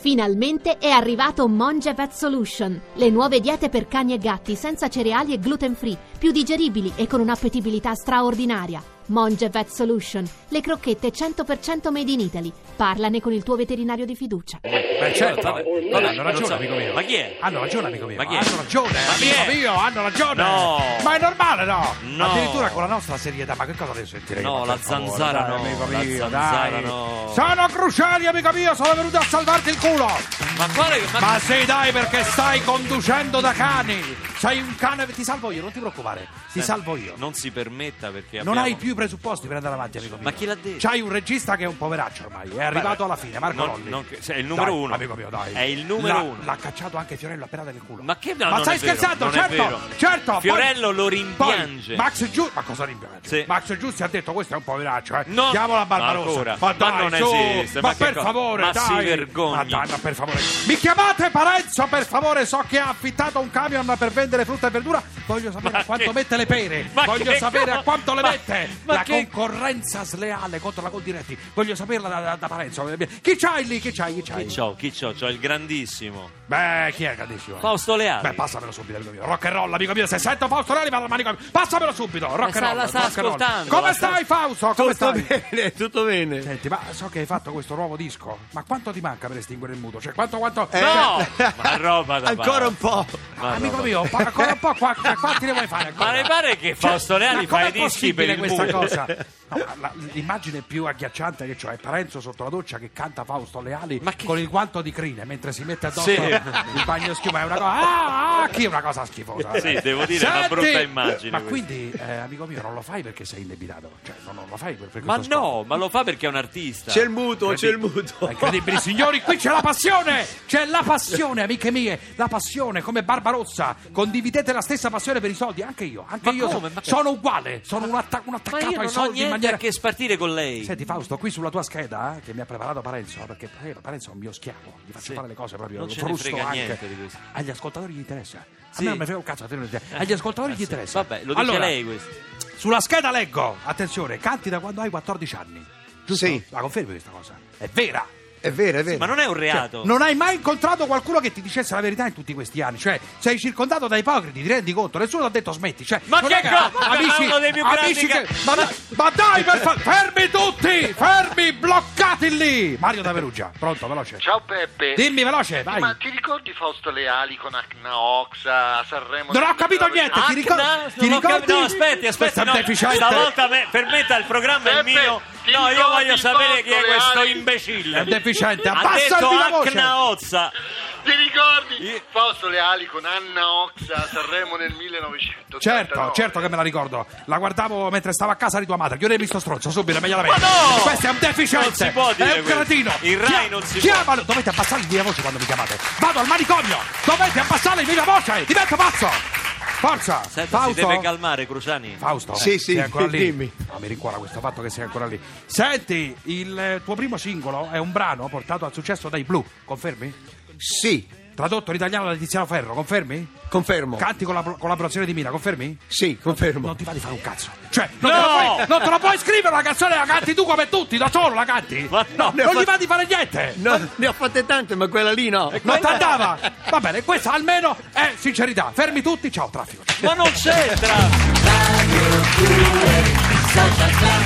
Finalmente è arrivato Monge Vet Solution, le nuove diete per cani e gatti senza cereali e gluten free, più digeribili e con un'appetibilità straordinaria. Monge Vet Solution, le crocchette 100% made in Italy. Parlane con il tuo veterinario di fiducia. Beh, certo, vabbè. Eh, Vabbè, Vabbè, non hanno ragione, so. amico mio. Ma chi è? Hanno ragione, amico mio. Ma chi è? Hanno ragione, Ma chi amico è? mio, hanno ragione. No. Ma è normale, no? No. Addirittura con la nostra serietà, ma che cosa devi sentire? No, io, la per favore? zanzara Dai, no, amico la mio, zanzara dai. no. Sono cruciali, amico mio, sono venuto a salvarti il culo. Ma quale? Ma, Ma sì, dai, perché stai conducendo da cani. Sei un cane, ti salvo io, non ti preoccupare. Ti Eh, salvo io. Non si permetta perché Non abbiamo- hai più i presupposti per andare avanti, amico mio. Ma chi l'ha detto? C'hai un regista che è un poveraccio ormai, è arrivato alla fine, Marco non- Lolli. non che- se è il numero Dai, uno. Amico mio, dai. È il numero L'ha- uno. L'ha cacciato anche Fiorello appena del culo. Ma che- no, Ma non stai è vero, scherzando, non è certo, vero. certo. poi- Fiorello lo rimpiange. Poi Max Giusti, ma cosa rimpiange? Sì. Max Giusti ha detto questo è un poveraccio, eh. No, Diamola a ma Barbarossa. ancora. Ma Ma dai, non su, esiste, Ma, ma che per cosa- favore, ma dai. si vergogni. Ma dai, ma Ah, per favore. Mi chiamate Parenzo, per favore, so che ha affittato un camion per vendere frutta e verdura. Voglio sapere Ma a quanto che- mette le pere. Ma Voglio che sapere a cosa- quanto le ma- mette. ma la che- concorrenza sleale contro la Condiretti. Voglio saperla da, da- da Parenzo. Chi c'hai lì? Chi c'hai? Chi c'hai? Chi c'ho? Chi c'ho? C'ho il grandissimo Beh, chi è il grandissimo? Fausto Leali. Beh, passamelo subito, amico mio. Rock and roll, amico mio. Se sento Fausto Leali, vado al manicomio. Passamelo subito. Rock sta- and roll. la sta rock and roll. ascoltando, Come la sta- stai, Fausto? Come stai? bene, tutto bene. Senti, ma so che hai fatto questo nuovo disco. Ma quanto ti manca per estinguere il muto? Cioè, quanto, quanto. Eh, No! Ma roba da Ancora un pazzi. po'. Ma amico roba- mio, pa- ancora un po', qua, qua- quanti ne vuoi fare? ancora? Ah, Ma le pare che Fausto Leali ma fa i com'è dischi per possibile il questa buio? cosa? No, ma la- l'immagine più agghiacciante che ho è Parenzo sotto la doccia che canta Fausto Leali Ma che- con il guanto di crine mentre si mette addosso Sì. il bagno schiuma. È una cosa, ah, ah, che è una cosa schifosa. Sì, eh. devo dire, è una Senti, brutta immagine Ma questa. quindi, eh, amico mio, non lo fai perché sei indebitato? Cioè, no, non lo fai per, per Ma questo scopo. no, ma lo fa perché è un artista. C'è il muto, c'è il Certo. muto. È incredibile, signori, qui c'è la passione! C'è la passione, amiche mie! La passione come Barbarossa! Condividete la stessa passione per i soldi, anche io, anche Ma io come? so- Ma- sono uguale, sono un, atta- un Ma attaccato io ai non ho soldi in niente maniera a che spartire con lei. Senti Fausto, qui sulla tua scheda eh, che mi ha preparato Parenzo, perché eh, Parenzo è un mio schiavo, gli faccio Sì. fare le cose proprio, Non lo ce ne frusto frega anche. niente di questo. Agli ascoltatori gli interessa. Sì. A me non mi frega un cazzo, a te non interessa. Agli ascoltatori Eh, gli sì. interessa. Vabbè, lo dice Allora, lei questo. Sulla scheda leggo, attenzione, canti da quando hai 14 anni. Giusto? Sì. La confermi questa cosa? È vera. È vero, è eh, vero. Ma non è cioè, un reato. Non hai mai incontrato qualcuno che ti dicesse la verità in tutti questi anni, cioè sei circondato da ipocriti, ti rendi conto? Nessuno ti ha detto smetti, cioè Ma non che è co- amici, uno dei più amici grandi che- ca- ma, dai- ma dai per fa- fermi tutti, fermi, bloccati lì. Mario da Perugia, pronto, veloce. Ciao Peppe. Dimmi veloce, vai. Ma ti ricordi Fausto Leali con Acnaoxa a Sanremo? Non del ho capito 1900? niente, ti Acna- ricordi? non ti ho ricordi? capito- No, aspetti, Questo aspetti. è un No, deficiente. stavolta me, permetta, il programma è Peppe, mio. ti No, io ricordi voglio il sapere posto, chi è questo Leali? imbecille. È un deficiente, Ha abbassa detto la voce. Acna Ozza. Ti ricordi Io- Fausto Leali con Annaoxa a Sanremo nel 1989? Certo, certo che me la ricordo. La guardavo mentre stavo a casa di tua madre. Io ne ho visto stronzo, subito, meglio la metto. Ma no! Questo è un deficiente. Non si può dire è un questo. cretino. In Rai non si può. Chiamalo. Dovete abbassare il viva voce quando mi chiamate. Vado al manicomio. Dovete abbassare il viva voce. Divento pazzo. Forza. Senta, si Fausto. deve calmare, Cruciani. Fausto, Sì, eh, sì, sei ancora lì. dimmi. No, mi rincuora questo fatto che sei ancora lì. Senti, il eh, tuo primo singolo è un brano portato al successo dai Blu, confermi? Sì, Tradotto in italiano da Tiziano Ferro, confermi? Boh. confermo. Canti con la collaborazione di Mina, confermi? sì, confermo. Non ti va di fare un cazzo. Boh. Cioè, non, No! te la puoi, non te la puoi scrivere la canzone, la canti tu come tutti, da solo la canti. Ma no, no, ne ho non gli fat- va di fare niente. No, ne ho fatte tante, ma quella lì no. Non t'andava. Va bene, questa almeno è sincerità. Fermi tutti, ciao traffico. Ma non c'entra.